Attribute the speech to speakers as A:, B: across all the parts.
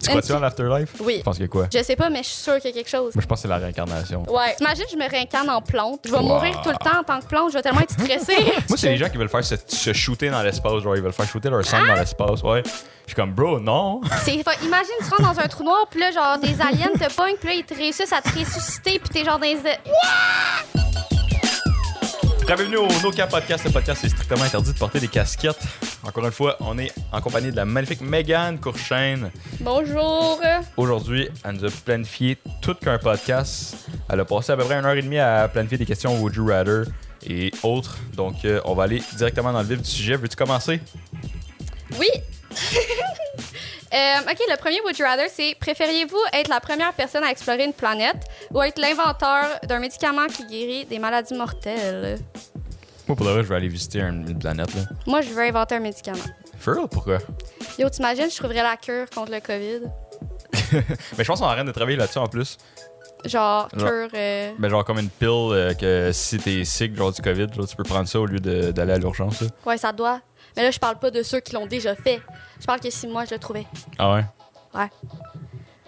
A: Tu crois-tu en l'afterlife?
B: Oui.
A: Je pense que quoi?
B: Je sais pas, mais je suis sûre qu'il y a quelque chose.
A: Moi, je pense que c'est la réincarnation.
B: Ouais. Imagine, je me réincarne en plante. Je vais
A: Wow.
B: mourir tout le temps en tant que plante. Je vais tellement être stressée.
A: Moi, c'est les gens qui veulent faire se, se shooter dans l'espace, genre ils veulent faire shooter leur sang dans Hein? l'espace, ouais. Je suis comme, bro, non.
B: C'est- fa- Imagine, tu rentres dans un trou noir, puis là, genre, des aliens te pognent, puis là, ils te réussissent à te ressusciter, puis t'es genre dans les...
A: Bienvenue au No Cap Podcast. Le podcast, c'est strictement interdit de porter des casquettes. Encore une fois, on est en compagnie de la magnifique Megan Courchaine.
B: Bonjour!
A: Aujourd'hui, elle nous a planifié tout qu'un podcast. Elle a passé à peu près une heure et demie à planifier des questions Would You Rather et autres. Donc, euh, on va aller directement dans le vif du sujet. Veux-tu commencer?
B: Oui! Euh, OK, le premier Would You Rather, c'est préfériez-vous être la première personne à explorer une planète ou être l'inventeur d'un médicament qui guérit des maladies mortelles?
A: Moi, pour le vrai, je vais aller visiter un- une planète, là.
B: Moi, je veux inventer un médicament.
A: For real, pourquoi?
B: Yo, t'imagines, je trouverais la cure contre le COVID?
A: Mais je pense qu'on arrête de travailler là-dessus en plus.
B: Genre,
A: Genre-
B: cure... euh,
A: Ben, genre comme une pile euh, que si t'es sick, genre du COVID, genre, tu peux prendre ça au lieu de- d'aller à l'urgence. là.
B: Ouais, ça doit. Mais là, je parle pas de ceux qui l'ont déjà fait. Je parle que si moi, je le trouvais.
A: Ah ouais?
B: Là,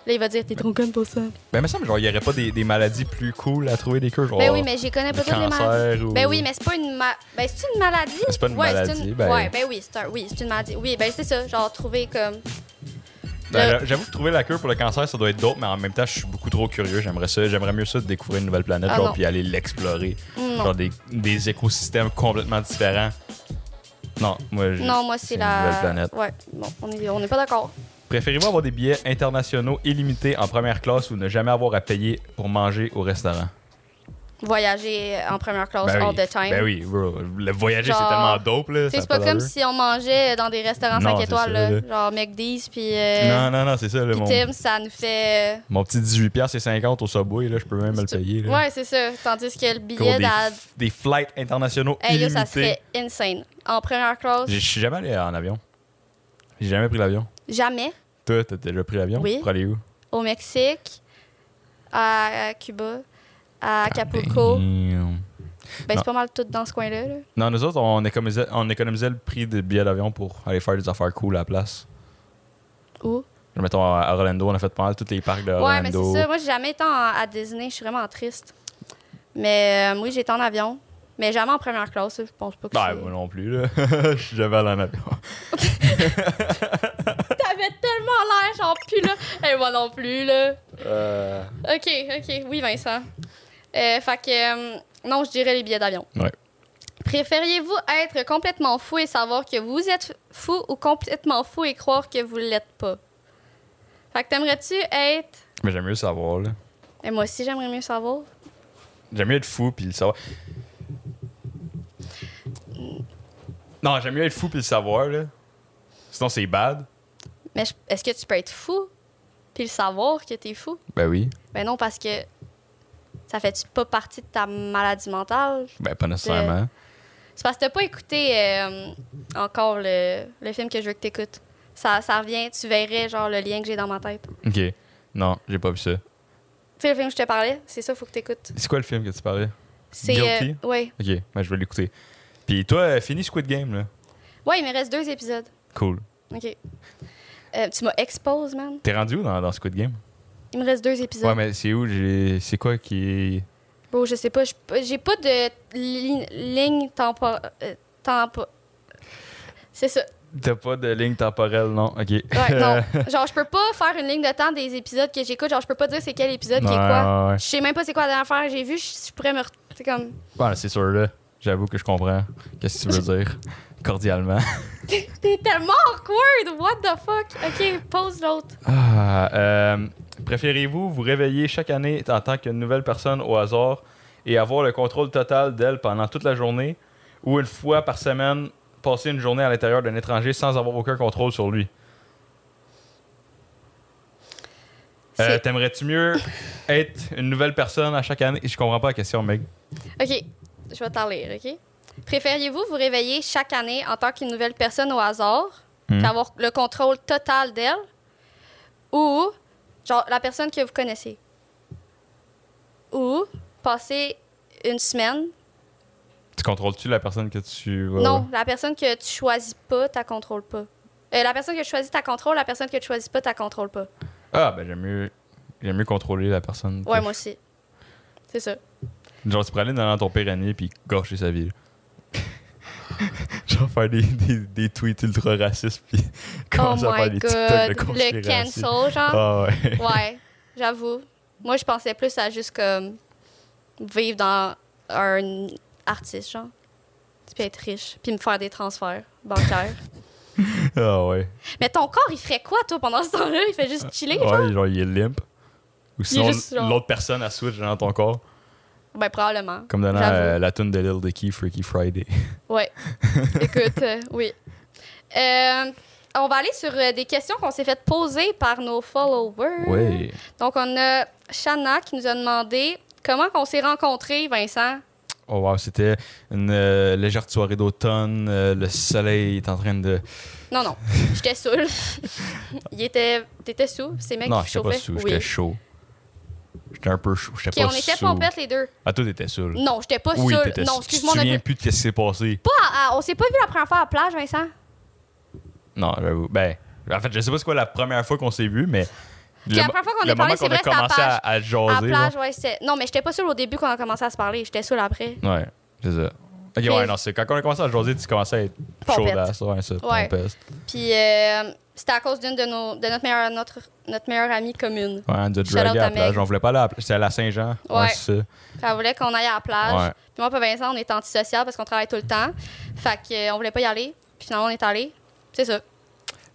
B: il va dire, t'es trop conne pour ça.
A: Ben, il me semble, genre, il y aurait pas des, des maladies plus cool à trouver des cures, genre.
B: Ben oui, mais j'y connais pas
A: le
B: toutes les maladies.
A: Oh, cancer ou.
B: Ben oui, mais c'est pas une ma... ben c'est une maladie.
A: C'est pas une
B: ouais,
A: maladie,
B: C'est une...
A: ben-
B: Ouais, ben oui, c'est un... oui, c'est une maladie. Oui, ben c'est ça, genre trouver comme
A: Ben, là, J'avoue que trouver la cure pour le cancer, ça doit être dope, mais en même temps, je suis beaucoup trop curieux. J'aimerais ça, j'aimerais mieux ça de découvrir une nouvelle planète,
B: Ah
A: genre,
B: non.
A: puis aller l'explorer.
B: non.
A: Genre, des, des écosystèmes complètement différents. Non, moi, je-
B: non, moi c'est
A: Une
B: la
A: nouvelle planète.
B: Ouais, bon, on est on n'est pas d'accord.
A: Préférez-vous avoir des billets internationaux illimités en première classe ou ne jamais avoir à payer pour manger au restaurant?
B: Voyager en première classe
A: Ben
B: all
A: oui.
B: the time.
A: Ben oui, bro. Le voyager, c'est
B: Genre,
A: tellement dope, là.
B: Tu sais,
A: ça
B: c'est
A: a
B: pas comme
A: d'allure.
B: si on mangeait dans des restaurants
A: Non,
B: 5
A: c'est
B: étoiles,
A: ça,
B: là.
A: là.
B: genre McDee's puis euh,
A: Non, non, non, c'est ça, là,
B: puis
A: mon,
B: Tim, ça nous fait euh,
A: mon petit 18$ et 50 au Subway, là, je peux même le
B: C'est-
A: payer, là.
B: Ouais, c'est ça. Tandis que le
A: Gros,
B: billet
A: des,
B: d'a-
A: des flights internationaux
B: Hey, yo,
A: illimités.
B: ça serait insane. En première classe,
A: Je je suis jamais allé en avion. J'ai jamais pris l'avion.
B: jamais.
A: Toi, t'as déjà pris l'avion?
B: Oui.
A: Pour aller où?
B: Au Mexique, à à Cuba, à Acapulco.
A: Damn.
B: ben,
A: Ah, non.
B: c'est pas mal tout dans ce coin-là. là.
A: Non, nous autres, on économisait, on économisait le prix des billets d'avion pour aller faire des affaires cool à la place.
B: Où?
A: Genre, Mettons, à à Orlando, on a fait pas mal tous les parcs de
B: Ouais, mais
A: Orlando.
B: c'est ça. Moi, j'ai jamais été en- à Disney. Je suis vraiment triste. Mais euh, oui, j'ai été en avion. Mais jamais en première classe. là. Je pense pas que
A: Ben,
B: c'est-
A: moi non plus, là. Je suis jamais allé en avion.
B: T'avais tellement l'air, genre, plus là. Et moi non plus, là.
A: Euh...
B: OK, OK. Oui, Vincent. Euh, fait que, euh, non, je dirais les billets d'avion.
A: Ouais.
B: Préfériez-vous être complètement fou et savoir que vous êtes fou ou complètement fou et croire que vous l'êtes pas? Fait que t'aimerais-tu être...
A: Mais j'aime mieux savoir, là.
B: Et moi aussi, j'aimerais mieux savoir.
A: J'aime mieux être fou puis le savoir. Non, j'aime mieux être fou puis le savoir, là. Sinon, c'est bad.
B: Mais je- est-ce que tu peux être fou puis le savoir que t'es fou?
A: Ben oui.
B: Ben non, parce que ça fait pas partie de ta maladie mentale?
A: Ben, pas
B: nécessairement. C'est parce que t'as pas écouté euh, encore le, le film que je veux que t'écoutes. Ça, ça revient, tu verrais genre le lien que j'ai dans ma tête. Tu
A: Ok. Non, j'ai pas vu ça.
B: sais, le film que je te parlais, c'est ça, faut que t'écoutes.
A: C'est quoi le film que tu parlais?
B: C'est,
A: Guilty?
B: euh, ouais.
A: Ok, ben je vais l'écouter. Puis toi, euh, finis Squid Game, là.
B: Ouais, il me reste deux épisodes.
A: Cool.
B: OK. Euh, tu m'as expose, man.
A: T'es rendu où dans, dans Squid Game?
B: Il me reste deux épisodes.
A: Ouais, mais c'est où? j'ai- C'est quoi qui est...
B: Bon, je sais pas, je- j'ai pas de li- ligne temporelle. C'est ça.
A: T'as pas de ligne temporelle, non? Ok.
B: Ouais, non. Genre, je peux pas faire une ligne de temps des épisodes que j'écoute. Genre, je peux pas dire c'est quel épisode qui est quoi.
A: Ouais, ouais, ouais.
B: Je sais même pas c'est quoi la dernière fois que j'ai vu. Je je pourrais me. re- C'est comme.
A: Bon, c'est sûr, là. J'avoue que je comprends. Qu'est-ce que tu veux dire? Cordialement.
B: T'es tellement awkward! What the fuck? Ok, pose l'autre.
A: Ah, euh, Préférez-vous vous réveiller chaque année en tant qu'une nouvelle personne au hasard et avoir le contrôle total d'elle pendant toute la journée ou une fois par semaine passer une journée à l'intérieur d'un étranger sans avoir aucun contrôle sur lui? Euh,
B: C'est-
A: T'aimerais-tu mieux être une nouvelle personne à chaque année? Je comprends pas la question, mec.
B: Ok, je vais t'en lire, ok? Préfériez-vous vous réveiller chaque année en tant qu'une nouvelle personne au hasard,
A: Hmm.
B: puis avoir le contrôle total d'elle, ou, genre, la personne que vous connaissez? Ou, passer une semaine.
A: Tu contrôles-tu la personne que tu vas...
B: Non, la personne que tu choisis pas, t'as contrôle pas. Euh, la personne que tu choisis, t'as contrôle. La personne que tu choisis pas, t'as contrôle pas.
A: Ah, ben j'aime mieux, j'aime mieux contrôler la personne.
B: Ouais, moi aussi. C'est ça.
A: Genre, tu pourrais aller dans ton pérennier puis gâcher sa vie. là. Genre, faire des, des, des tweets ultra racistes puis
B: Oh
A: commencer à faire
B: my
A: des
B: god.
A: TikTok de
B: Le
A: conspiration.
B: cancel, genre.
A: Ah ouais.
B: Ouais, j'avoue. Moi, je pensais plus à juste comme vivre dans un artiste, genre. Puis être riche, puis me faire des transferts bancaires.
A: Ah ouais.
B: Mais ton corps, il ferait quoi, toi, pendant ce temps-là? Il fait juste chiller, genre?
A: Ah, Ouais, genre, il est limp. Ou sinon,
B: juste genre-
A: l'autre personne, elle switch dans ton corps.
B: Ben, probablement.
A: Comme dans euh,
B: J'avoue.
A: la tune de Lil Dicky, Freaky Friday.
B: Ouais. Écoute, euh, oui. Euh, on va aller sur euh, des questions qu'on s'est faites poser par nos followers.
A: Ouais.
B: Donc, on a Shanna qui nous a demandé comment on s'est rencontrés, Vincent.
A: Oh wow, c'était une euh, légère soirée d'automne. euh, le soleil est en train de.
B: Non, non. J'étais saoul. Il était... T'étais sous, ces mecs
A: non,
B: qui
A: j'étais pas
B: chauffaient.
A: sous,
B: Oui.
A: j'étais chaud. J'étais un peu chaud. J'étais
B: Ok,
A: pas
B: on était
A: sous.
B: pompettes, les deux.
A: Ah, toi, t'étais saoul.
B: Non, j'étais pas
A: oui,
B: saoul.
A: t'étais
B: Non,
A: saoul. Tu te
B: excuse-moi, on
A: souviens
B: avait...
A: plus de ce qui s'est passé.
B: pas à- à- On s'est pas vu la première fois à la plage, Vincent.
A: Non, j'avoue. Ben, en fait, je sais pas c'est quoi la première fois qu'on s'est vu, mais.
B: Puis la première fois qu'on
A: le
B: a parlé,
A: moment
B: c'est
A: qu'on a
B: vrai, c'était à la
A: commencé à,
B: plage.
A: à
B: À la
A: jaser.
B: plage, ouais, c'était... Non, mais j'étais pas saoul au début quand on a commencé à se parler. J'étais saoul après.
A: là. Ouais, c'est ça. Ok,
B: Mais-
A: ouais, non, c'est quand on a commencé à jaser, tu commençais à être chaud
B: Pompette.
A: d'ass, ouais, ça,
B: Ouais.
A: pompeste.
B: Puis euh, c'était à cause d'une de, nos, de notre, meilleure, notre, notre meilleure amie commune.
A: Ouais, on nous a
B: Shout out
A: dragué à la
B: à Meg.
A: plage. On voulait pas aller à la plage. C'était à la Saint-Jean.
B: Ouais. Ah,
A: c'est ça.
B: Fait, elle voulait qu'on aille à la plage.
A: Ouais.
B: Puis moi, pas Vincent, on est antisocial parce qu'on travaille tout le temps. Fait qu'on voulait pas y aller. Puis finalement, on est allé. C'est ça.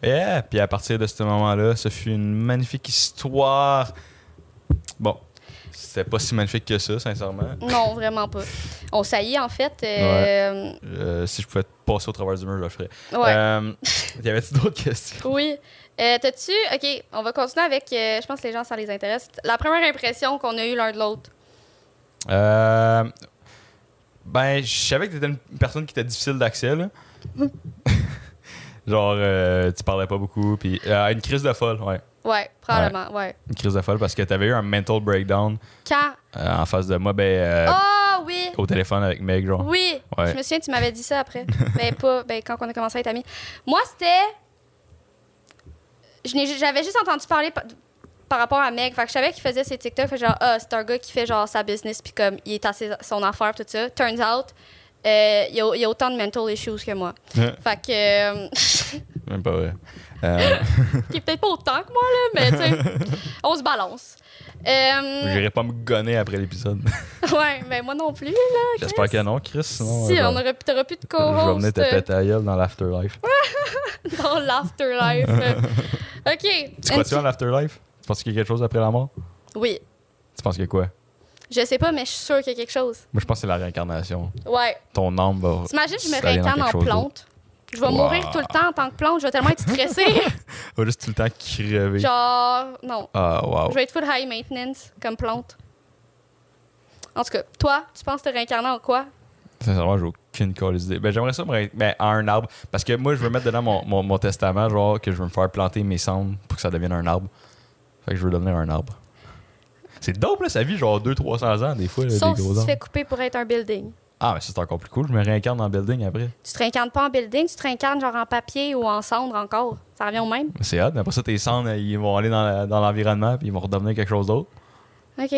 A: Yeah! Puis à partir de ce moment-là, ce fut une magnifique histoire. Bon, c'était pas si magnifique que ça, sincèrement.
B: Non, vraiment pas. On saillit, en fait. euh,
A: Euh, si je pouvais te passer au travers du mur, je le ferais.
B: ouais.
A: Euh, y avait-tu d'autres questions?
B: Oui. Euh, T'as-tu. OK, on va continuer avec. euh, je pense que les gens, ça les intéresse. La première impression qu'on a eue l'un de l'autre.
A: Euh, ben, je savais que t'étais une personne qui était difficile d'accès, là. Genre, euh, tu parlais pas beaucoup. Puis, euh, une crise de folle, ouais.
B: Ouais, probablement. Ouais.
A: Une crise de folle parce que t'avais eu un mental breakdown
B: Quand.
A: euh, en face de moi, ben, euh,
B: Ah oui!
A: au téléphone avec Meg, genre.
B: Oui!
A: Ouais.
B: Je me souviens, tu m'avais dit ça après. ben, pas. Ben, quand on a commencé à être amis. Moi, c'était. je n'ai- J'avais juste entendu parler par, par rapport à Meg. Fait que je savais qu'il faisait ses TikTok. Fait que genre, ah, c'est un gars qui fait genre sa business, puis comme il est à ses- son affaire, tout ça. Turns out, euh, il y, a, il y a autant de mental issues que moi. Fait que. euh,
A: Même pas vrai. Euh,
B: qui est peut-être pas autant que moi, là, mais tu sais, on se balance. Euh,
A: J'irai pas me gonner après l'épisode.
B: ouais, mais moi non plus, là.
A: J'espère que non, Chris. Sinon,
B: si,
A: euh,
B: on aurait, t'auras plus de
A: je vais venir
B: co-host
A: te
B: euh,
A: péter la gueule dans l'afterlife.
B: dans l'afterlife. Euh, OK.
A: Tu crois-tu en
B: Une-
A: l'afterlife? Tu penses qu'il y a quelque chose après la mort?
B: Oui.
A: Tu penses qu'il y a quoi?
B: Je sais pas, mais je suis sûre qu'il y a quelque chose.
A: Moi, je pense que c'est la réincarnation.
B: Ouais.
A: Ton âme va.
B: T'imagines, je me
A: Ça allait dans
B: réincarne en
A: quelque chose
B: plante. Je vais
A: Wow.
B: mourir tout le temps en tant que plante. Je vais tellement être stressée.
A: va juste tout le temps crever.
B: Genre, non.
A: Ah, wow.
B: Je vais être full high maintenance comme plante. En tout cas, toi, tu penses te réincarner en quoi?
A: Euh, Sincèrement, j'ai aucune calice idée. Ben, j'aimerais ça me réin- ben, à un arbre. Parce que moi, je veux mettre dedans mon, mon, mon testament, genre, que je veux me faire planter mes cendres pour que ça devienne un arbre. Fait que je veux devenir un arbre. C'est dope, là, sa vie, genre 200-300 ans, des fois, là,
B: Sauf
A: des
B: si
A: gros
B: tu te
A: arbres.
B: fais couper pour être un building.
A: Ah, mais ça, c'est encore plus cool. Je me réincarne en building après.
B: Tu te réincarnes pas en building, tu te réincarnes genre en papier ou en cendre encore. Ça revient au même.
A: Mais C'est hâte. Mais après ça, tes cendres, euh, ils vont aller dans la- dans l'environnement puis ils vont redevenir quelque chose d'autre.
B: OK.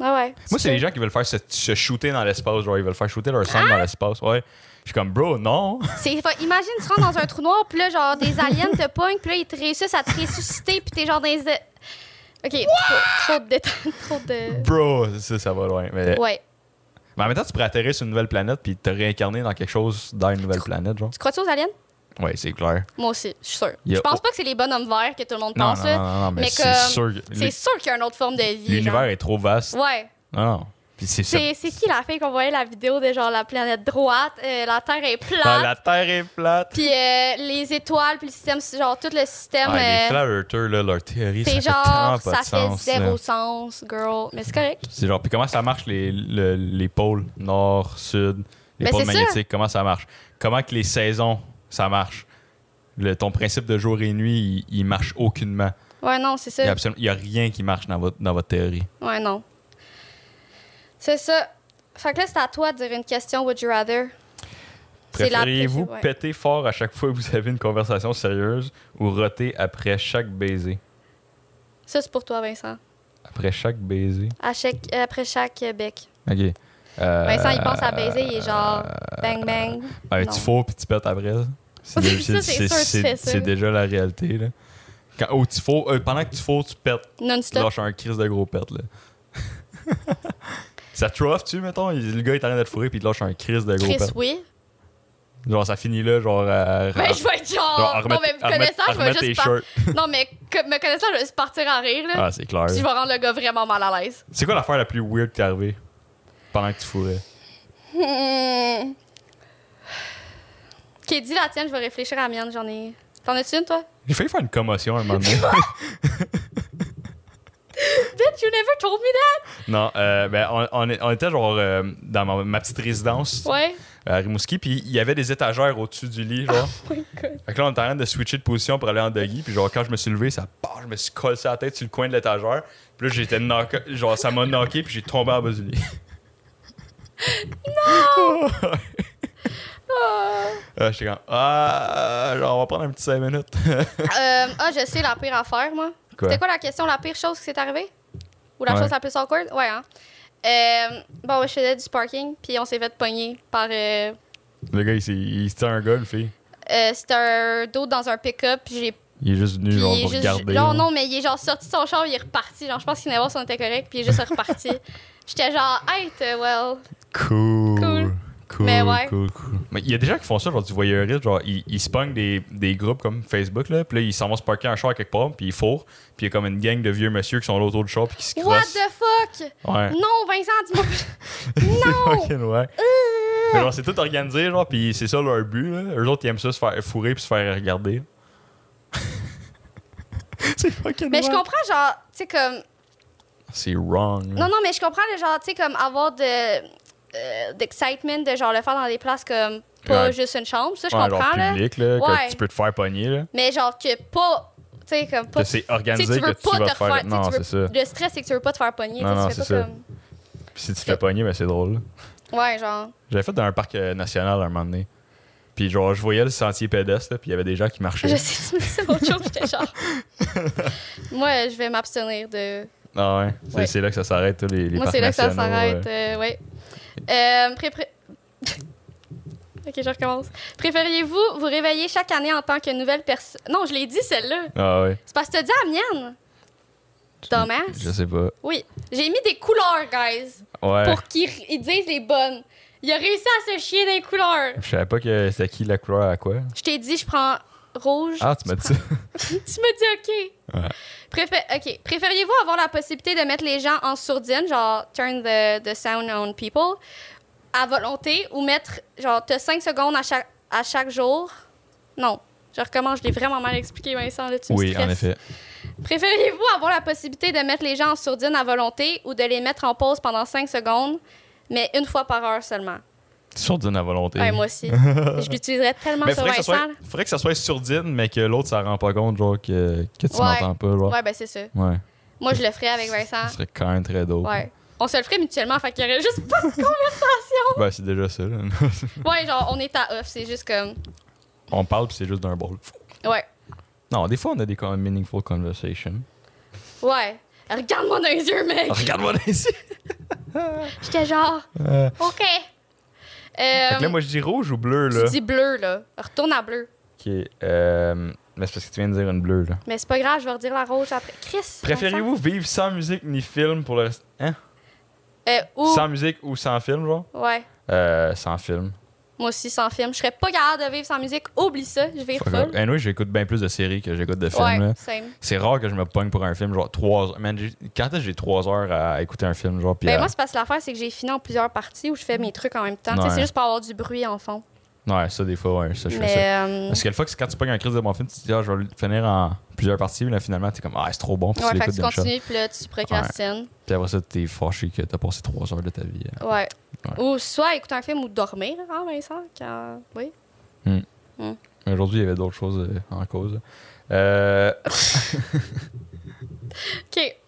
B: Ah ouais.
A: Moi, c'est les gens qui veulent faire se, se shooter dans l'espace. Genre, ils veulent faire shooter leurs
B: Ah!
A: cendres dans l'espace. Ouais. Je suis comme, bro, non.
B: C'est- fa- Imagine, tu rentres dans un trou noir, puis là, genre, des aliens te pognent, puis là, ils te réussissent à te ressusciter, puis t'es genre dans les... e- OK, trop, trop de détails, trop de...
A: Bro, ça, ça va loin. Mais,
B: Ouais.
A: mais en même temps, tu pourrais atterrir sur une nouvelle planète puis te réincarner dans quelque chose dans une nouvelle planète, genre.
B: Tu crois-tu aux aliens?
A: Ouais, c'est clair.
B: Moi aussi, je suis sûre.
A: Il y a-
B: Je pense pas que c'est les bonhommes verts que tout le monde
A: Non,
B: pense,
A: non,
B: là.
A: non, non, non, mais,
B: mais
A: c'est sûr.
B: comme-
A: que
B: C'est sûr qu'il y a une autre forme de vie.
A: L'univers
B: genre.
A: est trop vaste.
B: Ouais.
A: Non, non. Puis c'est ça.
B: C'est c'est qui la fille qu'on voyait la vidéo de genre la planète droite, euh, la Terre est plate?
A: Ah, la Terre est plate.
B: Puis euh, les étoiles, puis le système, genre tout le système.
A: Ah, les
B: euh,
A: Flat Earthers, là, leur théorie, ça
B: c'est
A: fait
B: genre,
A: tellement pas
B: ça
A: de
B: fait
A: sens, là. Mm.
B: zéro sens, girl. Mais c'est correct.
A: C'est genre, puis comment ça marche les, le- les pôles nord, sud, les
B: Ben,
A: pôles
B: c'est
A: magnétiques, comment ça marche? Comment que les saisons, ça marche? Le- ton principe de jour et nuit, il, il marche aucunement.
B: Ouais, non, c'est
A: Il n'y a,
B: ça.
A: absolument- il y a rien qui marche dans votre, dans votre théorie.
B: Ouais, non. C'est ça. Fait que là, c'est à toi de dire une question, would you rather? C'est la
A: Préférez-vous
B: préfé- ouais.
A: péter fort à chaque fois que vous avez une conversation sérieuse ou roter après chaque baiser?
B: Ça, c'est pour toi, Vincent.
A: Après chaque baiser.
B: À chaque- après chaque euh, bec.
A: OK. Euh,
B: Vincent, Ben, il pense à baiser, il est genre bang bang.
A: Ben,
B: Non.
A: Euh, tu fous puis tu pètes après. là. C'est
B: Oui,
A: dé-
B: ça, c'est
A: c'est-
B: sûr, tu
A: c'est-
B: fais ça.
A: c'est déjà la réalité. Là. Quand, au tifo, euh, pendant que tu fous, tu pètes. Tu
B: Non-stop.
A: lâches un crise de gros pète. Là. ça te rough, tu mettons. il- Le gars est en train d'être fourré puis il te lâche un crise de gros
B: Chris,
A: pète.
B: oui.
A: Genre, ça finit là, genre. à- à-
B: Ben, je vais être
A: genre, à
B: genre. Non,
A: remettre-
B: mais
A: à remettre-
B: connaissant,
A: à
B: je vais
A: remettre tes
B: juste. par-
A: shirts.
B: Non, mais que- me connaissant, je vais juste partir en rire, là.
A: Ah, c'est clair.
B: Puis je vais rendre le gars vraiment mal à l'aise.
A: C'est quoi l'affaire la plus weird qui est arrivée pendant que tu fourrais?
B: Hmm. Ok, dis la tienne, je vais réfléchir à la mienne, j'en ai. T'en as-tu une, toi?
A: J'ai failli faire une commotion à un moment donné.
B: Bitch, you never told me
A: non, euh, ben, on, on est- on était genre euh, dans ma, ma petite résidence
B: that! Ouais.
A: à Rimouski, puis il y avait des étagères au-dessus du lit, genre.
B: Oh my god.
A: Fait que là, on était en train de switcher de position pour aller en doggy. Puis genre, quand je me suis levé, ça part, je me suis collé sur la tête sur le coin de l'étagère. Puis là, j'étais knock... Genre, ça m'a knocké, puis j'ai tombé en bas du lit. Non!
B: Ah.
A: Euh, j'étais comme, ah, genre, on va prendre un petit 5 minutes.
B: Euh, ah, je sais la pire affaire, moi. C'était quoi la question, la pire chose qui s'est arrivée? Ou la
A: Ouais.
B: chose la plus awkward? Ouais, hein. Euh, bon, je faisais du parking, puis on s'est fait pogner par. euh,
A: Le gars, il, s'est- il c'était un gars, le fille.
B: euh, C'était un dos dans un pick-up, puis j'ai.
A: Il est juste venu,
B: puis
A: genre,
B: il est
A: pour
B: juste-
A: regarder.
B: Non,
A: là.
B: non, mais il est genre sorti de son char, il est reparti. Genre, je pense qu'il venait voir si on était correct, puis il est juste reparti. J'étais genre, hey, t'es- well.
A: Cool.
B: Cool.
A: Cool,
B: Mais ouais.
A: cool, cool. Mais il y a des gens qui font ça, genre du voyeurisme, genre ils, ils se pognent des, des groupes comme Facebook, là, puis là ils s'en vont se parker un char quelque part, puis ils fourrent, puis il y a comme une gang de vieux monsieur qui sont là autour du char, puis qui se
B: What
A: crossent.
B: the fuck?
A: Ouais.
B: Non, Vincent, dis-moi.
A: c'est
B: Non!
A: fucking ouais. Mais genre c'est tout organisé, genre, puis c'est ça leur but, là. Eux autres ils aiment ça se faire fourrer puis se faire regarder. c'est fucking
B: Mais je
A: wack.
B: comprends, genre, tu sais, comme.
A: C'est wrong. là.
B: Non, non, mais je comprends le genre, tu sais, comme avoir de. euh, d'excitement, de genre le faire dans des places comme pas
A: Ouais.
B: juste une chambre, ça je
A: Ouais,
B: comprends,
A: genre
B: là.
A: public, là,
B: Ouais.
A: que tu peux te faire pogner, là.
B: Mais genre que pas. Tu sais, comme pas.
A: Que c'est
B: tu sais,
A: organisé
B: tu veux
A: que tu
B: pas
A: vas
B: te
A: te faire.
B: refaire. tu sais,
A: Non,
B: tu veux-
A: c'est ça.
B: Le stress, c'est que tu veux pas te faire pogner.
A: Non,
B: tu sais,
A: non,
B: tu fais
A: c'est
B: pas
A: ça. Puis si tu te fais pogner, ben c'est drôle. là.
B: comme. Ouais, genre.
A: J'avais fait dans un parc euh, national à un moment donné. Puis genre, je voyais le sentier pédestre, là, puis il y avait des gens qui marchaient.
B: Je sais, tu me dis ça, autre chose, j'étais genre. Moi, je vais m'abstenir de.
A: Ah ouais, c'est,
B: Ouais.
A: c'est là que ça s'arrête, tous les, les
B: Moi,
A: parcs
B: c'est là que ça
A: nationaux, euh.
B: s'arrête. euh, ouais. Euh, pré- pré- ok, je recommence. Préfériez-vous vous réveiller chaque année en tant que nouvelle personne. Non, je l'ai dit celle-là.
A: Ah ouais.
B: C'est parce que t'as dit à la mienne. Thomas.
A: Je sais pas.
B: Oui. J'ai mis des couleurs, guys,
A: Ouais.
B: pour qu'ils r- ils disent les bonnes. Il a réussi à se chier des couleurs.
A: Je savais pas que c'était qui la couleur à quoi.
B: Je t'ai dit, je prends rouge.
A: Ah, tu m'as dit ça.
B: tu me dis OK.
A: Ouais.
B: Préfé- OK. Préfériez-vous avoir la possibilité de mettre les gens en sourdine, genre turn the, the sound on people, à volonté, ou mettre, genre, t'as 5 secondes à chaque, à chaque jour? Non. Je recommence, je l'ai vraiment mal expliqué, Vincent. Là, tu me
A: Oui, en
B: stresses.
A: effet.
B: Préfériez-vous avoir la possibilité de mettre les gens en sourdine à volonté ou de les mettre en pause pendant 5 secondes, mais une fois par heure seulement?
A: Sourdine à volonté.
B: Ouais, moi aussi. je l'utiliserais tellement
A: mais
B: sur
A: faudrait que, ça
B: Vincent.
A: soit, faudrait que ça soit sourdine, mais que l'autre, ça rend pas compte, genre, que, que tu
B: Ouais.
A: m'entends pas, genre.
B: Ouais, ben c'est ça.
A: Ouais.
B: Moi, je le ferais avec
A: Ça
B: Vincent.
A: serait quand même très dope.
B: Ouais. On se le ferait mutuellement, fait qu'il y aurait juste pas de conversation.
A: Ben, c'est déjà ça, là.
B: Ouais, genre, on est à off, c'est juste comme.
A: On parle, puis c'est juste d'un bol.
B: Ouais.
A: Non, des fois, on a des con- meaningful conversations.
B: Ouais. Regarde-moi dans les yeux, mec.
A: Regarde-moi ici.
B: J'étais genre, OK. Euh,
A: Fait que là, moi, je dis rouge ou bleu, là.
B: tu dis bleu, là. Retourne à bleu.
A: Ok. euh, mais c'est parce que tu viens de dire une bleue, là.
B: Mais c'est pas grave, je vais redire la rouge après. Chris.
A: Préférez-vous vivre sans musique ni film pour le reste. Hein?
B: Vincent. Euh, ou.
A: Sans musique ou sans film, genre?
B: Ouais.
A: Euh, sans film.
B: Moi aussi, sans film. Je serais pas capable de vivre sans musique. Oublie ça, je vais y
A: Fuck
B: refaire.
A: off. Anyway, j'écoute bien plus de séries que j'écoute de films, là.
B: Ouais, same.
A: C'est rare que je me pogne pour un film, genre 3 heures. Man, j'ai- quand est-ce que j'ai 3 heures à écouter un film, genre? Pis
B: Ben,
A: à-
B: moi, c'est parce que l'affaire, c'est que j'ai fini en plusieurs parties où je fais mes trucs en même temps. Tu sais,
A: Ouais.
B: C'est juste pour avoir du bruit en fond.
A: Ouais, ça, des fois, ouais, ça, je fais ça.
B: Mais. euh,
A: Parce que le fois que quand tu pognes un crise de bon film, tu te dis, ah, je vais le finir en plusieurs parties, mais là, finalement, t'es comme, ah, c'est trop bon, puis tu
B: Ouais, fait que
A: l'écoutes
B: tu
A: d'une shot.
B: continues, puis là, tu procrastines.
A: Puis après ça, t'es fâché que t'as passé 3 heures de ta vie. hein.
B: Ouais. Ou soit écouter un film ou dormir, hein, Vincent? Quand... Oui.
A: Mais aujourd'hui, il y avait d'autres choses euh, en cause. Euh,
B: OK.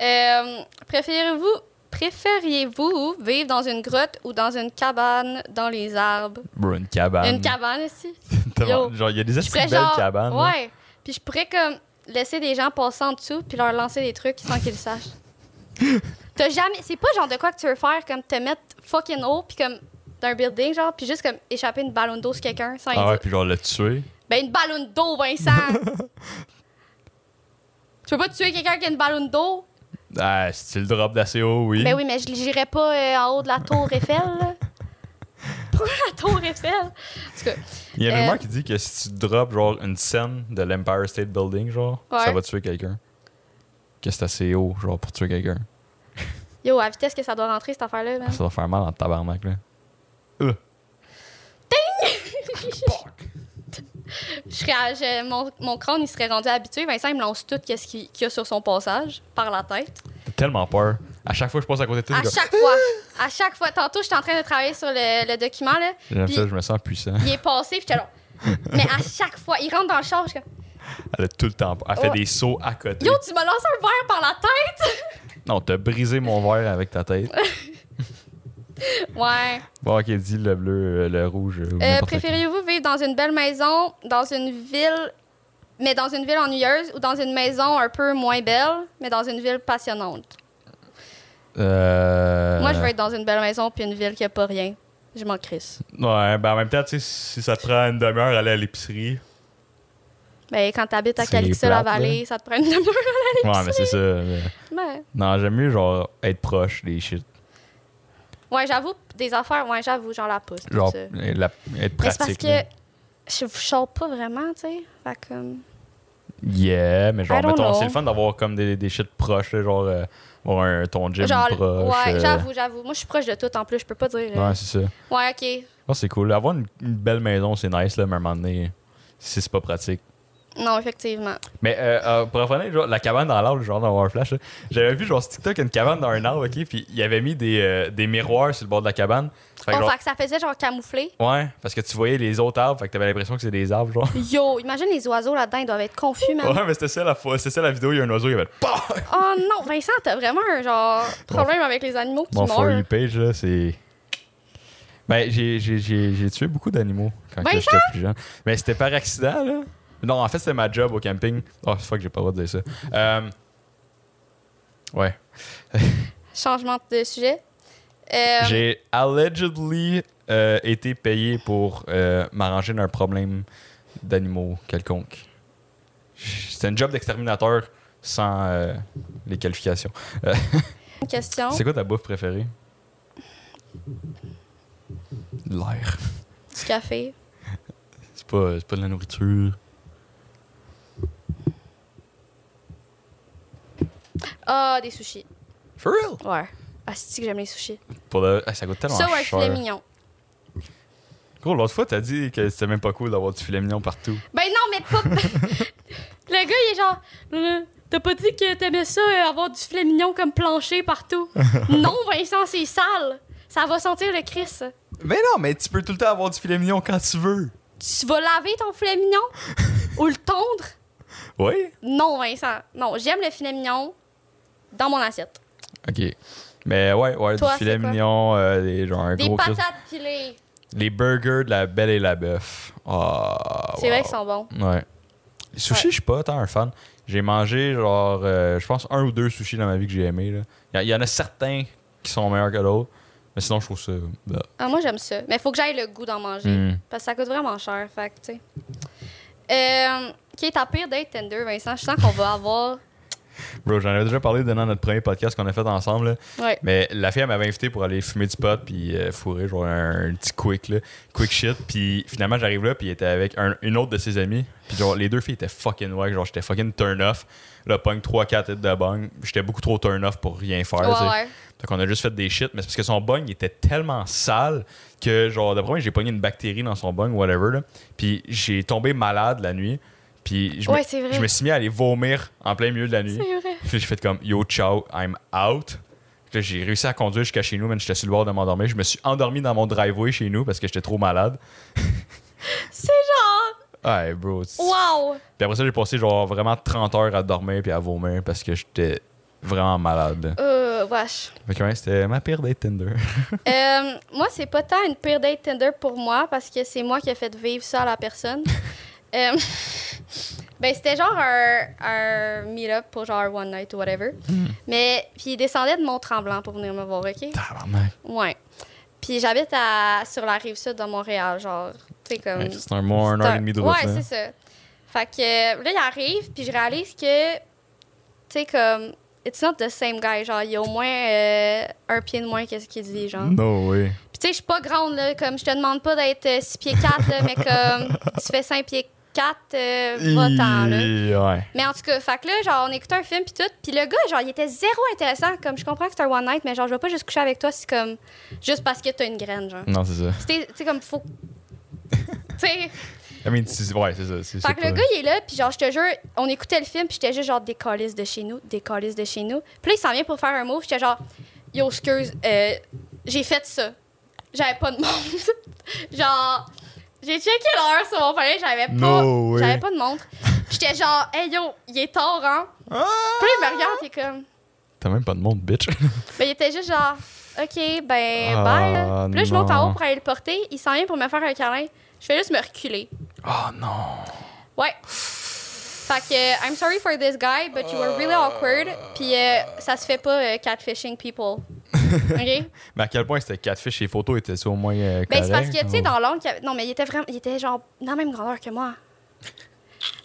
B: Euh, préférez-vous, préfériez-vous vivre dans une grotte ou dans une cabane dans les arbres?
A: bro, une cabane.
B: Une cabane, aussi.
A: Tellement-
B: Yo.
A: genre, il y a des
B: Je
A: espèces
B: pourrais
A: de belles
B: genre...
A: cabanes. là.
B: Ouais. Puis je pourrais comme... laisser des gens passer en dessous puis leur lancer des trucs sans qu'ils le sachent. T'as jamais. C'est pas genre de quoi que tu veux faire, comme te mettre fucking haut puis comme d'un building, genre, puis juste comme échapper une ballon d'eau sur quelqu'un sans
A: Ah
B: lui
A: ouais,
B: dire.
A: puis genre le tuer.
B: Ben, une ballon d'eau, Vincent! tu veux pas tuer quelqu'un qui a une ballon d'eau?
A: Ah, c'est le drop d'assez haut, oui.
B: Ben oui, mais je n'irai pas euh, en haut de la tour Eiffel. là. Pas la tour Eiffel. En tout cas,
A: Il y a un
B: Euh,
A: rumeur qui dit que si tu drops genre une scène de l'Empire State Building, genre,
B: Ouais.
A: ça va tuer quelqu'un. Que c'est assez haut, genre, pour tuer quelqu'un.
B: yo, à vitesse que ça doit rentrer, cette affaire-là, man.
A: Ça va faire mal en tabarnak, là. Euh,
B: Je serais à- je- mon, mon crâne, il serait rendu habitué. Vincent, il me lance tout qu'est-ce qu'il qu'il y a sur son passage par la tête.
A: J'ai tellement peur. À chaque fois que je passe à côté de toi,
B: À
A: je-
B: chaque fois. À chaque fois. Tantôt, j'étais en train de travailler sur le, le document, là.
A: j'aime
B: Puis-
A: ça, je me sens puissant.
B: Il est passé, puis j'étais là. Mais à chaque fois, il rentre dans le char, je suis comme,
A: Elle a tout le temps. Elle fait
B: Ouais.
A: des sauts à côté.
B: Yo, tu m'as lancé un verre par la tête!
A: Non, t'as brisé mon verre avec ta tête.
B: Ouais.
A: Bon, ok, dis le bleu, euh, le rouge. euh, ou
B: Euh,
A: n'importe
B: Préférez-vous vivre dans une belle maison, dans une ville, mais dans une ville ennuyeuse, ou dans une maison un peu moins belle, mais dans une ville passionnante?
A: qui. Euh...
B: Moi, je veux être dans une belle maison puis une ville qui a pas rien. Je m'en crisse.
A: Ouais, ben en même temps, tu sais, si ça te prend une demi-heure aller à l'épicerie.
B: Ben, quand t'habites à
A: C'est plate, là.
B: Calixa-la-Vallée, ça te prend une demi-heure à
A: Ouais,
B: l'épicerie.
A: mais c'est ça. euh,
B: Ouais.
A: Non, j'aime mieux, genre, être proche des shit.
B: Ouais, j'avoue, des affaires, ouais, j'avoue, genre la pousse. tout
A: Genre,
B: ça.
A: euh, la- être
B: Mais c'est parce
A: pratique. là.
B: que je vous chante pas vraiment, tu sais. Fait que, euh,
A: Yeah, mais
B: I
A: genre,
B: don't
A: mettons,
B: know.
A: c'est le fun d'avoir comme des, des shit proches, là, genre, euh, avoir un, ton gym
B: genre,
A: proche.
B: ouais,
A: euh,
B: j'avoue, j'avoue. Moi, je suis proche de tout en plus, je peux pas dire. euh,
A: Ouais, c'est ça.
B: Ouais, ok.
A: Oh, c'est cool. Avoir une, une belle maison, c'est nice, là, mais à un moment donné, si c'est pas pratique.
B: Non, effectivement.
A: Mais euh, euh, pour revenir, genre, la cabane dans l'arbre, genre dans Warflash, là, j'avais vu genre sur TikTok une cabane dans un arbre, ok, puis il avait mis des, euh, des miroirs sur le bord de la cabane. Fait que,
B: Oh,
A: genre,
B: fait que ça faisait genre camouflé.
A: ouais, parce que tu voyais les autres arbres, fait que t'avais l'impression que c'est des arbres, genre.
B: Yo, imagine les oiseaux là-dedans, ils doivent être confus, man.
A: Ouais, mais c'était ça la fois, c'était ça la vidéo, il y a un oiseau, il y avait Bah! PAH!
B: Oh non, Vincent, t'as vraiment un genre problème avec les animaux qui
A: Mon for
B: meurent.
A: you page, là, c'est. Ben, j'ai- j'ai j'ai- j'ai tué beaucoup d'animaux quand que
B: Vincent?
A: j'étais plus jeune. Mais c'était par accident, là. Non, en fait, c'était ma job au camping. Oh, fuck, j'ai pas le droit de dire ça. Euh, Ouais.
B: Changement de sujet. Euh,
A: J'ai allegedly euh, été payé pour euh, m'arranger d'un problème d'animaux quelconque. C'était une job d'exterminateur sans euh, les qualifications.
B: une question.
A: C'est quoi ta bouffe préférée? L'air.
B: Du café.
A: C'est pas, c'est pas de la nourriture.
B: Ah, des sushis.
A: For real?
B: Ouais. Ah, c'est que j'aime les sushis.
A: Pour le- ah, ça coûte tellement
B: Ça ou un
A: cher.
B: filet mignon.
A: Gros, l'autre fois, t'as dit que c'était même pas cool d'avoir du filet mignon partout.
B: Ben non, mais pas. le gars, il est genre. Euh, T'as pas dit que t'aimais ça, euh, avoir du filet mignon comme plancher partout. non, Vincent, c'est sale. Ça va sentir le Chris.
A: Mais non, mais tu peux tout le temps avoir du filet mignon quand tu veux.
B: Tu vas laver ton filet mignon ou le tondre?
A: Oui?
B: Non, Vincent. Non, j'aime le filet mignon dans mon assiette.
A: OK. Mais ouais, ouais,
B: Toi,
A: du filet
B: c'est quoi?
A: mignon, euh, des, genre un
B: Des
A: gros... Ah, crisp-
B: patates pilées.
A: Les burgers de la belle et la bœuf. Ah,
B: C'est vrai
A: wow.
B: qu'ils sont bons.
A: Ouais. Les sushis,
B: Ouais.
A: je suis pas tant un fan. J'ai mangé, genre, euh, je pense, un ou deux sushis dans ma vie que j'ai aimé. là. Il y a- il y, en a certains qui sont meilleurs que d'autres. Mais sinon, je trouve ça. bah.
B: Ah, moi, j'aime ça. Mais il faut que j'aille le goût d'en manger.
A: Mm.
B: Parce que ça coûte vraiment cher. Fait que, tu sais. Euh, qui est ta pire date Tinder, Vincent? Je sens qu'on va avoir.
A: Bro, j'en avais déjà parlé dans notre premier podcast qu'on a fait ensemble. là.
B: Ouais.
A: Mais la fille, elle m'avait invité pour aller fumer du pot puis euh, fourrer, genre, un, un petit quick, là, quick shit. Puis finalement, j'arrive là, puis il était avec un- une autre de ses amis. Puis genre, les deux filles étaient fucking wack. Genre, j'étais fucking turn off. Là, punk 3-4 têtes de bang. J'étais beaucoup trop turn off pour rien faire. tu sais.
B: ouais, ouais.
A: Fait qu'on a juste fait des shit, mais c'est parce que son bung était tellement sale que, genre, d'après moi, j'ai pogné une bactérie dans son bung, whatever, là. Puis j'ai tombé malade la nuit. Puis je,
B: Ouais,
A: me,
B: c'est vrai.
A: je me suis mis à aller vomir en plein milieu de la nuit.
B: C'est vrai.
A: Puis j'ai fait comme yo, ciao, I'm out. Puis là, j'ai réussi à conduire jusqu'à chez nous, mais j'étais sur le bord de m'endormir. Je me suis endormi dans mon driveway chez nous parce que j'étais trop malade.
B: C'est genre.
A: Ouais, bro. c'est-
B: Wow!
A: Puis après ça, j'ai passé, genre, vraiment 30 heures à dormir puis à vomir parce que j'étais vraiment malade. là.
B: Euh, wesh.
A: Fait que, ouais, c'était ma pire date Tinder.
B: Euh, moi, c'est pas tant une pire date Tinder pour moi parce que c'est moi qui ai fait vivre ça à la personne. Euh, Ben, c'était genre un, un meet-up pour genre One Night ou whatever.
A: Hmm.
B: Mais, puis il descendait de Mont-Tremblant pour venir me voir, OK?
A: Tabarnak.
B: Ouais. Puis j'habite à- sur la rive sud de Montréal, genre, tu sais, comme.
A: Ouais, C'est un mois, un
B: C'est
A: heure
B: un-
A: et demie de route.
B: Euh, Ouais,
A: là.
B: c'est ça. Fait que euh, là, il arrive, puis je réalise que, tu sais, comme, it's not the same guy. Genre, il y a au moins euh, un pied de moins que ce qu'il dit, genre.
A: No way.
B: Puis, tu sais, je suis pas grande, là. Comme, je te demande pas d'être 6 pieds 4, là, mais comme, si tu fais 5 pieds 4, va-t'en, là.
A: Hi- Ouais.
B: Mais en tout cas, fait que là, genre, on écoutait un film puis tout, puis le gars, genre, il était zéro intéressant. Comme, je comprends que c'est un one night, mais genre, je vais pas juste coucher avec toi, c'est comme, juste parce que t'as une graine, genre.
A: Non, c'est ça.
B: C'était, tu sais, comme, faut. tu sais,
A: I mean, c'est- ouais, c'est ça. c'est-
B: fait
A: c'est
B: que
A: pas-
B: le gars, il est là, puis genre, je te jure, on écoutait le film, puis j'étais juste genre, des calices de chez nous, des calices de chez nous. Puis là, il s'en vient pour faire un move, j'étais genre, yo, excuse, euh, j'ai fait ça. J'avais pas de monde. genre, j'ai checké l'heure sur mon palais, j'avais pas,
A: No way.
B: j'avais pas de montre. J'étais genre, hey yo, il est tard, hein?
A: Ah!
B: Puis là, il me regarde, il est comme.
A: T'as même pas de monde, bitch.
B: Ben, il était juste genre, OK, ben,
A: Ah,
B: bye. là. Puis là, je monte en
A: non.
B: haut pour aller le porter. Il s'en vient pour me faire un câlin. Je fais juste me reculer.
A: Oh non.
B: Ouais. Fait que, euh, I'm sorry for this guy, but you were really awkward. Puis euh, ça se fait pas, euh, catfishing people. OK?
A: Mais à quel point c'était catfish et photos étaient au moins. euh,
B: Ben, c'est parce que,
A: correctes,
B: tu sais,
A: ou-
B: dans l'angle, qu'il y avait- non, mais il était vraiment, il était genre dans la même grandeur que moi.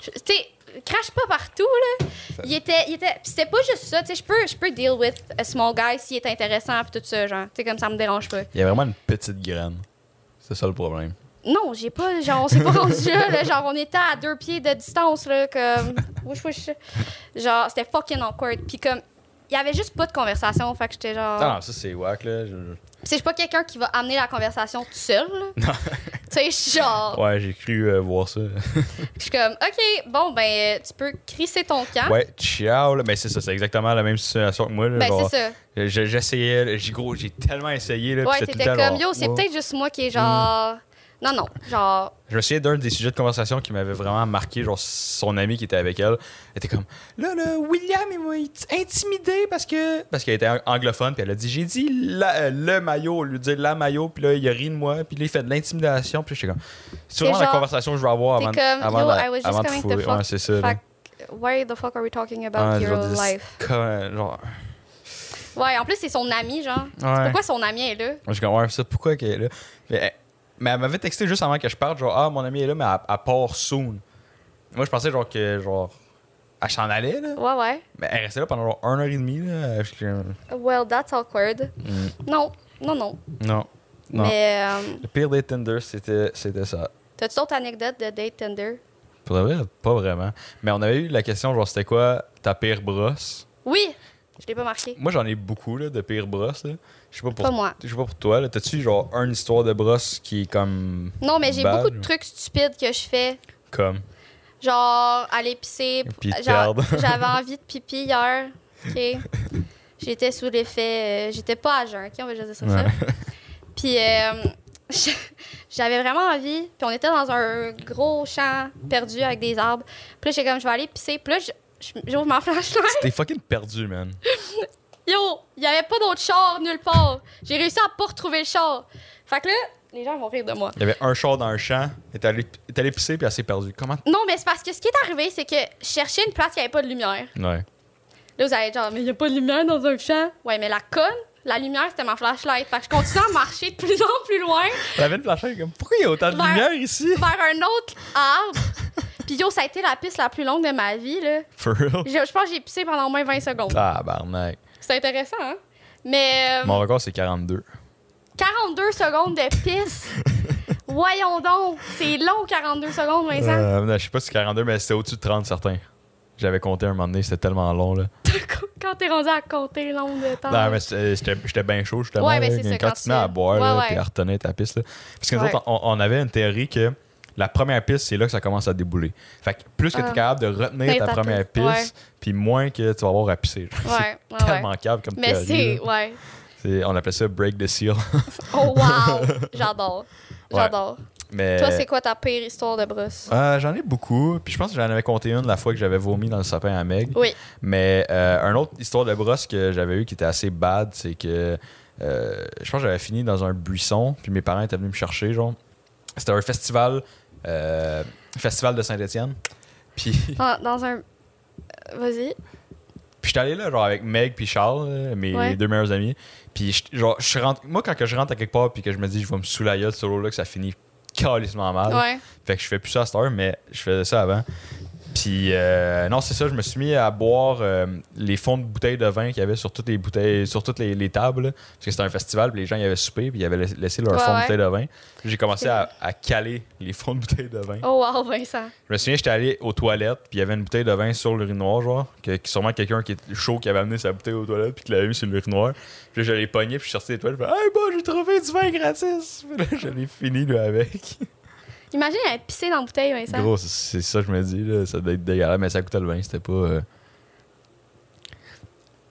B: Je- Tu sais, crache pas partout, là. Il était, il était, pis c'était pas juste ça, tu sais, je peux, je peux deal with a small guy s'il est intéressant, pis tout ça, genre. Tu sais, comme ça me dérange pas.
A: Il y a vraiment une petite graine. C'est ça le problème.
B: Non, j'ai pas, genre, on s'est pas rendu là, là, genre, on était à deux pieds de distance, là, comme, wesh, wesh. Genre, c'était fucking awkward, puis comme, il y avait juste pas de conversation, fait que j'étais genre...
A: Ah, non, ça c'est whack, là. Je-
B: Pis c'est- Je suis pas quelqu'un qui va amener la conversation tout seul, là. Tu sais, je suis genre,
A: Ouais, j'ai cru euh, voir ça.
B: je suis comme, OK, bon, ben, euh, tu peux crisser ton camp.
A: Ouais, ciao, là. Mais c'est ça, c'est exactement la même situation que moi, là.
B: Ah. Ben,
A: genre,
B: c'est ça.
A: je- J'essayais, là, j'ai gros, j'ai tellement essayé, là. puis
B: Ouais,
A: c'était tout
B: t'étais
A: le temps,
B: comme,
A: genre,
B: yo, c'est
A: wow.
B: peut-être juste moi qui est genre... Non, non, genre...
A: Je me souviens d'un des sujets de conversation qui m'avait vraiment marqué, genre son ami qui était avec elle, elle était comme là là William il m'a int- intimidé parce que parce qu'elle était ang- anglophone puis elle a dit j'ai dit la- euh, le maillot au lieu de dire la maillot puis là il a ri de moi puis là il fait de l'intimidation puis j'étais comme c'est
B: C'est
A: vraiment la
B: genre,
A: conversation que je vais avoir
B: t'es
A: avant
B: comme,
A: avant
B: yo,
A: de-
B: I was just
A: avant de
B: coming to
A: fourrer.
B: fuck-
A: Ouais, c'est ça là. Ah,
B: Fait que, why the fuck are we talking about
A: Ouais,
B: your
A: genre, des-
B: life?
A: comme, genre
B: Ouais, en plus, c'est son ami, genre.
A: Ouais.
B: C'est pourquoi son ami est là.
A: Je suis comme, ouais, ça, pourquoi qu'elle est là? Mais, elle- mais elle m'avait texté juste avant que je parte, genre, ah, mon ami est là, mais elle, elle part soon. Moi, je pensais, genre, que, genre, elle s'en allait, là.
B: Ouais, ouais.
A: Mais elle restait là pendant, genre, une heure et demie, là. Je suis comme,
B: Well, that's awkward.
A: Mm.
B: Non, non, non.
A: non. Non.
B: Mais euh,
A: Le pire des Tinder, c'était, c'était ça.
B: t'as-tu d'autres anecdotes de date Tinder?
A: Pour de vrai, pas vraiment. Mais on avait eu la question, genre, c'était quoi ta pire brosse?
B: Oui! Je l'ai pas marqué.
A: Moi, j'en ai beaucoup, là, de pire brosse, là. Je sais pas pour...
B: Pas moi.
A: Je sais pas pour toi, là. T'as-tu, genre, une histoire de brosse qui est comme...
B: Non, mais j'ai
A: Bad,
B: beaucoup de
A: ou-
B: trucs stupides que je fais.
A: Comme...
B: Genre, aller pisser.
A: Puis te
B: genre,
A: perdre.
B: J'avais envie de pipi hier. OK? J'étais sous l'effet. euh, J'étais pas à jeun, OK? On va juste dire ça.
A: Ouais.
B: Puis euh, je- j'avais vraiment envie. Puis on était dans un gros champ perdu avec des arbres. Puis là, j'étais comme, je vais aller pisser. Puis là, je- je- j'ouvre ma flashlight.
A: T'es fucking perdu, man.
B: Yo, il n'y avait pas d'autre char nulle part. J'ai réussi à pas retrouver le char. Fait que là, les gens vont rire de moi.
A: Il y avait un char dans un champ, elle est allée, elle est allée pisser puis elle s'est perdue. Comment?
B: Non, mais c'est parce que ce qui est arrivé, c'est que je cherchais une place qui avait pas de lumière.
A: Ouais.
B: Là, vous allez être genre, mais il n'y a pas de lumière dans un champ. Ouais, mais la conne, la lumière, c'était ma flashlight. Fait que je continue à marcher de plus en plus loin
A: Elle avait une planchette comme pourquoi il y a autant de
B: Ouais.
A: lumière ici?
B: vers un autre arbre. Puis yo, ça a été la piste la plus longue de ma vie, là.
A: For real?
B: Je, je pense que j'ai pissé pendant au moins 20 secondes.
A: Tabarnak.
B: C'est intéressant, hein? Mais euh,
A: Mon record c'est 42.
B: 42 secondes de pisse. Voyons donc, c'est long 42 secondes, Vincent.
A: Euh, non, je sais pas si c'est 42, mais c'était au-dessus de 30 certains. J'avais compté un moment donné, c'était tellement long là.
B: Quand t'es rendu à compter long de temps.
A: Euh. Non, mais c'est- j'étais j'étais bien chaud justement.
B: Ah. Ouais, mais
A: là,
B: c'est ça,
A: quand
B: quand
A: tu
B: tu-
A: te mets à boire là,
B: Ouais,
A: puis
B: ouais.
A: à retenir ta piste. là. Parce que nous
B: Ouais.
A: autres, on, on avait une théorie que la première piste, c'est là que ça commence à débouler. Fait que plus que t'es
B: Ah.
A: capable de retenir
B: Tenir
A: ta,
B: ta
A: première
B: piste, ouais.
A: piste, puis moins que tu vas avoir à pisser.
B: ouais, ouais, ouais.
A: C'est tellement câble comme
B: Mais
A: théorie,
B: c'est,
A: là.
B: ouais.
A: C'est- On appelait ça break the seal.
B: Oh wow, j'adore. J'adore.
A: Mais
B: Toi, c'est quoi ta pire histoire de brosse?
A: Euh, j'en ai beaucoup. Puis je pense que j'en avais compté une la fois que j'avais vomi dans le sapin à Meg.
B: Oui.
A: Mais euh, une autre histoire de brosse que j'avais eue qui était assez bad, c'est que euh, je pense que j'avais fini dans un buisson. Puis mes parents étaient venus me chercher. genre C'était un festival, euh, festival de Saint-Étienne. Puis,
B: Dans, dans un. euh, Vas-y.
A: puis j'étais allé là, genre, avec Meg puis Charles, là, mes
B: Ouais.
A: deux meilleurs amis. Puis, je- genre, je rentre, moi, quand que je rentre à quelque part puis que je me dis, je vais me sous la gueule solo là, que ça finit calissement mal.
B: Ouais.
A: Fait que je fais plus ça à cette heure, mais je faisais ça avant. Puis, euh, non, c'est ça, je me suis mis à boire euh, les fonds de bouteilles de vin qu'il y avait sur toutes les bouteilles, sur toutes les, les tables. là. Parce que c'était un festival, puis les gens, ils avaient soupé, puis ils avaient laissé leur
B: Ouais,
A: fonds
B: ouais.
A: de bouteilles de vin. J'ai commencé
B: C'est
A: à, à caler les fonds de bouteilles de vin.
B: Oh, wow, Vincent.
A: Je me souviens, j'étais allé aux toilettes, puis il y avait une bouteille de vin sur l'urinoir, genre. Que, que sûrement quelqu'un qui est chaud qui avait amené sa bouteille aux toilettes, puis qui l'avait mis sur l'urinoir. Puis là, je l'ai pogné, puis je suis sorti des toilettes, puis hey, bon, j'ai trouvé du vin gratis. Puis là, je l'ai fini, lui, avec.
B: Imagine, elle pissé dans la bouteille, Vincent.
A: Gros, c'est- c'est ça que je me dis, là, ça doit être dégueulasse, mais ça coûtait le vin, c'était pas. euh.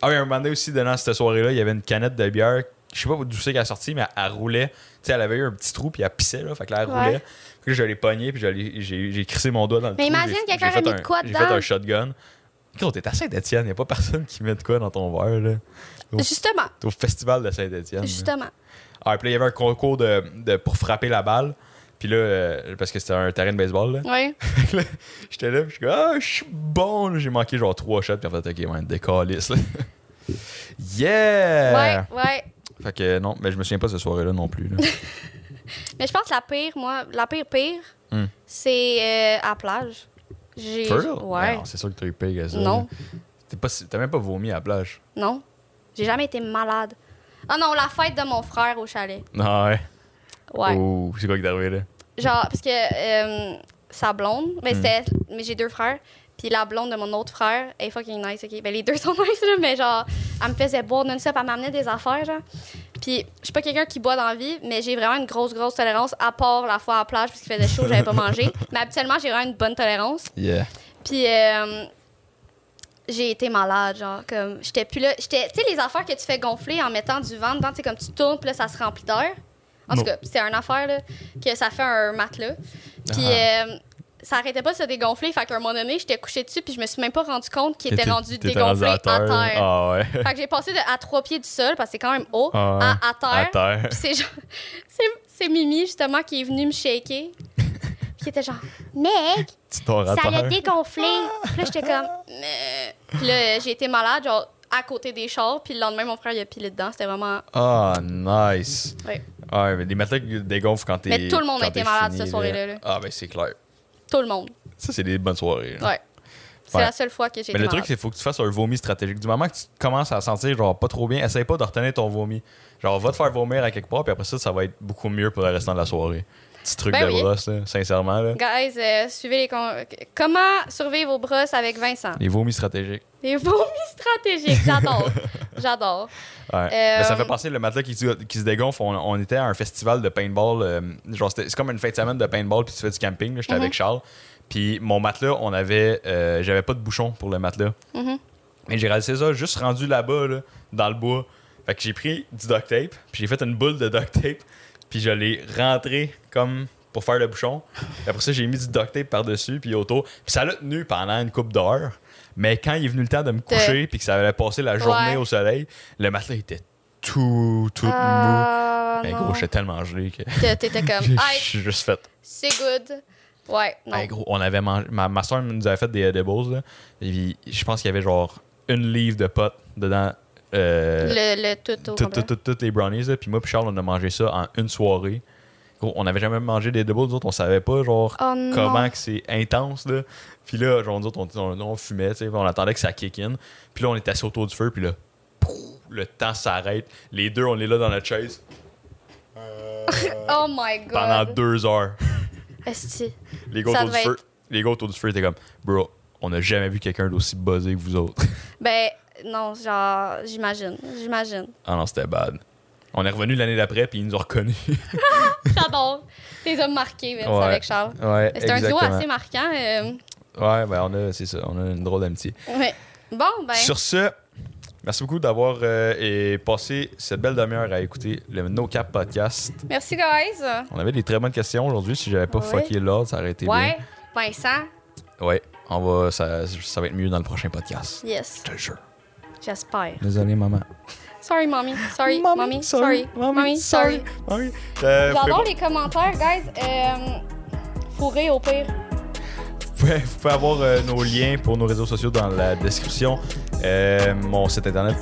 A: Ah oui, un moment donné aussi, dans cette soirée-là, il y avait une canette de bière, je sais pas d'où c'est qu'elle est sortie, mais elle, elle roulait. Tu sais, elle avait eu un petit trou, puis elle pissait, là, fait que là, elle
B: Ouais.
A: roulait. Puis je l'ai pognée, puis je l'ai- j'ai j'ai crissé mon doigt dans le
B: Mais
A: trou.
B: imagine
A: j'ai-
B: quelqu'un
A: j'ai fait
B: a mis
A: un-
B: de quoi
A: J'ai fait
B: dedans?
A: un shotgun. Gros, t'es à Saint-Etienne, y a pas personne qui met de quoi dans ton verre, là. Gros,
B: Justement.
A: T'es au festival de Saint-Etienne. là.
B: Justement.
A: Ah, puis là, il y avait un concours de, de- pour frapper la balle. Puis là, euh, parce que c'était un terrain de baseball, là.
B: Ouais.
A: Fait que là, J'étais là, puis je suis comme, ah, je suis bon. là. J'ai manqué genre trois shots, puis en fait, ok, ouais, décalisse. là. yeah!
B: Ouais, ouais.
A: Fait que non, mais je me souviens pas de cette soirée-là non plus. là.
B: Mais je pense que la pire, moi, la pire pire,
A: Hmm.
B: c'est euh, à la plage. J'ai.
A: For real? Mais
B: Ouais.
A: non, c'est sûr que t'as eu pire que ça.
B: Non.
A: là. T'es pas si- T'as même pas vomi à la plage.
B: Non. J'ai jamais été malade. Ah non, la fête de mon frère au chalet.
A: Non, Ah, ouais.
B: Ouais.
A: Ouh, c'est quoi qui t'est arrivé là?
B: Genre, parce que euh, sa blonde, mais
A: Hmm.
B: c'était. Mais j'ai deux frères. Puis la blonde de mon autre frère est fucking nice, ok? Ben les deux sont nice, là, mais genre, elle me faisait boire non-stop, elle m'amenait des affaires, genre. Puis je suis pas quelqu'un qui boit dans la vie, mais j'ai vraiment une grosse, grosse tolérance, à part la fois à la plage, parce qu'il faisait chaud, j'avais pas mangé. Mais habituellement, j'ai vraiment une bonne tolérance.
A: Yeah.
B: Puis euh, j'ai été malade, genre comme j'étais plus là, j'étais tu sais les affaires que tu fais gonfler en mettant du vent dedans, tu sais comme tu tournes, puis là ça se remplit d'air. En
A: Non.
B: tout cas, c'est une affaire là, que ça fait un matelas. Puis
A: Ah.
B: euh, ça arrêtait pas de se dégonfler, fait qu'à un moment donné, j'étais couchée dessus, puis je me suis même pas rendu compte qu'il était
A: T'étais-
B: rendu
A: t'étais
B: dégonflé à
A: rendu
B: terre.
A: Ah ouais.
B: Fait que j'ai passé de à trois pieds du sol, parce que c'est quand même haut,
A: Ah ouais.
B: à, à
A: À
B: terre.
A: terre.
B: Puis c'est genre- c'est- c'est Mimi justement qui est venue me shaker. Puis qui était genre, mec,
A: Tu t'en à
B: ça l'a
A: terre.
B: dégonflé. Puis là, j'étais comme. Mais... Puis là, j'ai été malade, genre, à côté des chars. Puis le lendemain, mon frère, il a pilé dedans. C'était vraiment.
A: Ah, nice. Ah,
B: Ouais.
A: Ouais, mais les matelas qui dégonflent quand t'es.
B: Mais tout le monde
A: quand
B: a été
A: t'es
B: malade
A: fini,
B: cette soirée-là, là.
A: Ah, ben c'est clair.
B: Tout le monde.
A: Ça, c'est des bonnes soirées. là.
B: Ouais. C'est
A: Ouais.
B: la seule fois que j'ai été
A: Mais le truc,
B: malade.
A: c'est qu'il faut que tu fasses un vomi stratégique. Du moment que tu commences à sentir genre pas trop bien, essaye pas de retenir ton vomi. Genre, va te faire vomir à quelque part, puis après ça, ça va être beaucoup mieux pour le restant de la soirée. Petit truc
B: Ben
A: de
B: oui.
A: brosse, là, sincèrement. Là.
B: Guys, euh, suivez les. con- Comment survivre aux brosses avec Vincent?
A: Les vomis stratégiques.
B: Les vomis stratégiques. J'adore. J'adore.
A: Ouais.
B: Euh,
A: Mais ça fait passer le matelas qui, se- qui se dégonfle. On, on était à un festival de paintball. euh, genre, c'était- c'est comme une fin de semaine de paintball, puis tu fais du camping. là. J'étais
B: Mhm.
A: avec Charles. Puis mon matelas, on avait. euh, J'avais pas de bouchon pour le matelas.
B: Mhm.
A: Mais j'ai réalisé ça juste rendu là-bas, là, dans le bois. Fait que j'ai pris du duct tape, puis j'ai fait une boule de duct tape, puis je l'ai rentré comme pour faire le bouchon. Puis après ça, j'ai mis du duct tape par-dessus, puis autour. Puis ça l'a tenu pendant une coupe d'heures. Mais quand il est venu le temps de me coucher, puis que ça allait passer la journée
B: Ouais.
A: au soleil, le matelas était tout, tout
B: Ah,
A: mou. Ben,
B: non.
A: gros, j'étais tellement gelé que
B: Que T'étais
A: je
B: comme. Hey,
A: suis juste fait.
B: c'est good. Ouais, non.
A: Hey, Ben, gros, on avait mangé. Ma, ma soeur nous avait fait des edibles. Là, et puis, je pense qu'il y avait genre une livre de potes dedans. euh,
B: le, le tout au
A: tout-
B: complet.
A: tout- tout- toutes les brownies. Là. Puis moi, puis Charles, on a mangé ça en une soirée. Gros, on n'avait jamais mangé des doubles, nous autres, on savait pas genre
B: Oh non.
A: comment que c'est intense. Là. Puis là, genre, nous autres, on, on, on fumait, tu sais, on attendait que ça kick in. Puis là, on était assis autour du feu, puis là, pouf, le temps s'arrête. Les deux, on est là dans notre chaise
B: Oh my god.
A: pendant deux heures.
B: Esti.
A: Les gars
B: Ça
A: autour du
B: devait
A: feu,
B: être-
A: les gars autour du feu étaient comme, bro, on n'a jamais vu quelqu'un d'aussi buzzé que vous autres.
B: Ben, non, genre, j'imagine. J'imagine.
A: ah non, c'était bad. On est revenu l'année d'après, puis ils nous ont reconnus.
B: J'adore. T'es hommes marqués, Vince,
A: Ouais.
B: avec Charles.
A: Ouais,
B: C'est un duo assez marquant. euh,
A: Ouais, ben on a, c'est ça, on a une drôle d'amitié.
B: ouais. Bon, ben,
A: Sur ce, merci beaucoup d'avoir euh, et passé cette belle demi-heure à écouter le No Cap Podcast.
B: merci, guys.
A: On avait des très bonnes questions aujourd'hui. Si j'avais pas
B: Ah Ouais.
A: fucké l'ordre, ça aurait été
B: Ouais, Vincent,
A: bien. Ouais, on va, ça, ça va être mieux dans le prochain podcast.
B: yes,
A: Je te le jure.
B: j'espère.
A: Désolé, maman.
B: Sorry, mommy. Sorry, mommy. Sorry, mommy. Sorry.
A: Mommy. Euh,
B: J'adore
A: fais-
B: les commentaires, guys. Euh, fourré au pire.
A: pouvez, vous pouvez avoir euh, nos liens pour nos réseaux sociaux dans la description. Euh, mon site internet,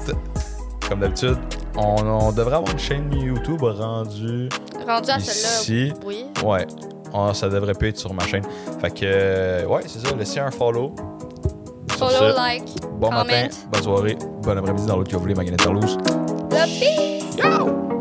A: comme d'habitude. On, on devrait avoir une chaîne YouTube rendue.
B: Rendu à celle-là.
A: Ici.
B: Oui.
A: Ouais. On- ça devrait pas être sur ma chaîne. Fait que, euh, ouais, c'est ça. Laissez un follow. Sur
B: Follow,
A: ce,
B: like,
A: bon
B: comment.
A: matin, bonne soirée, bon après-midi dans l'autre que vous voulez, Maganet Tarlouse.
B: Le peace!
A: Ciao!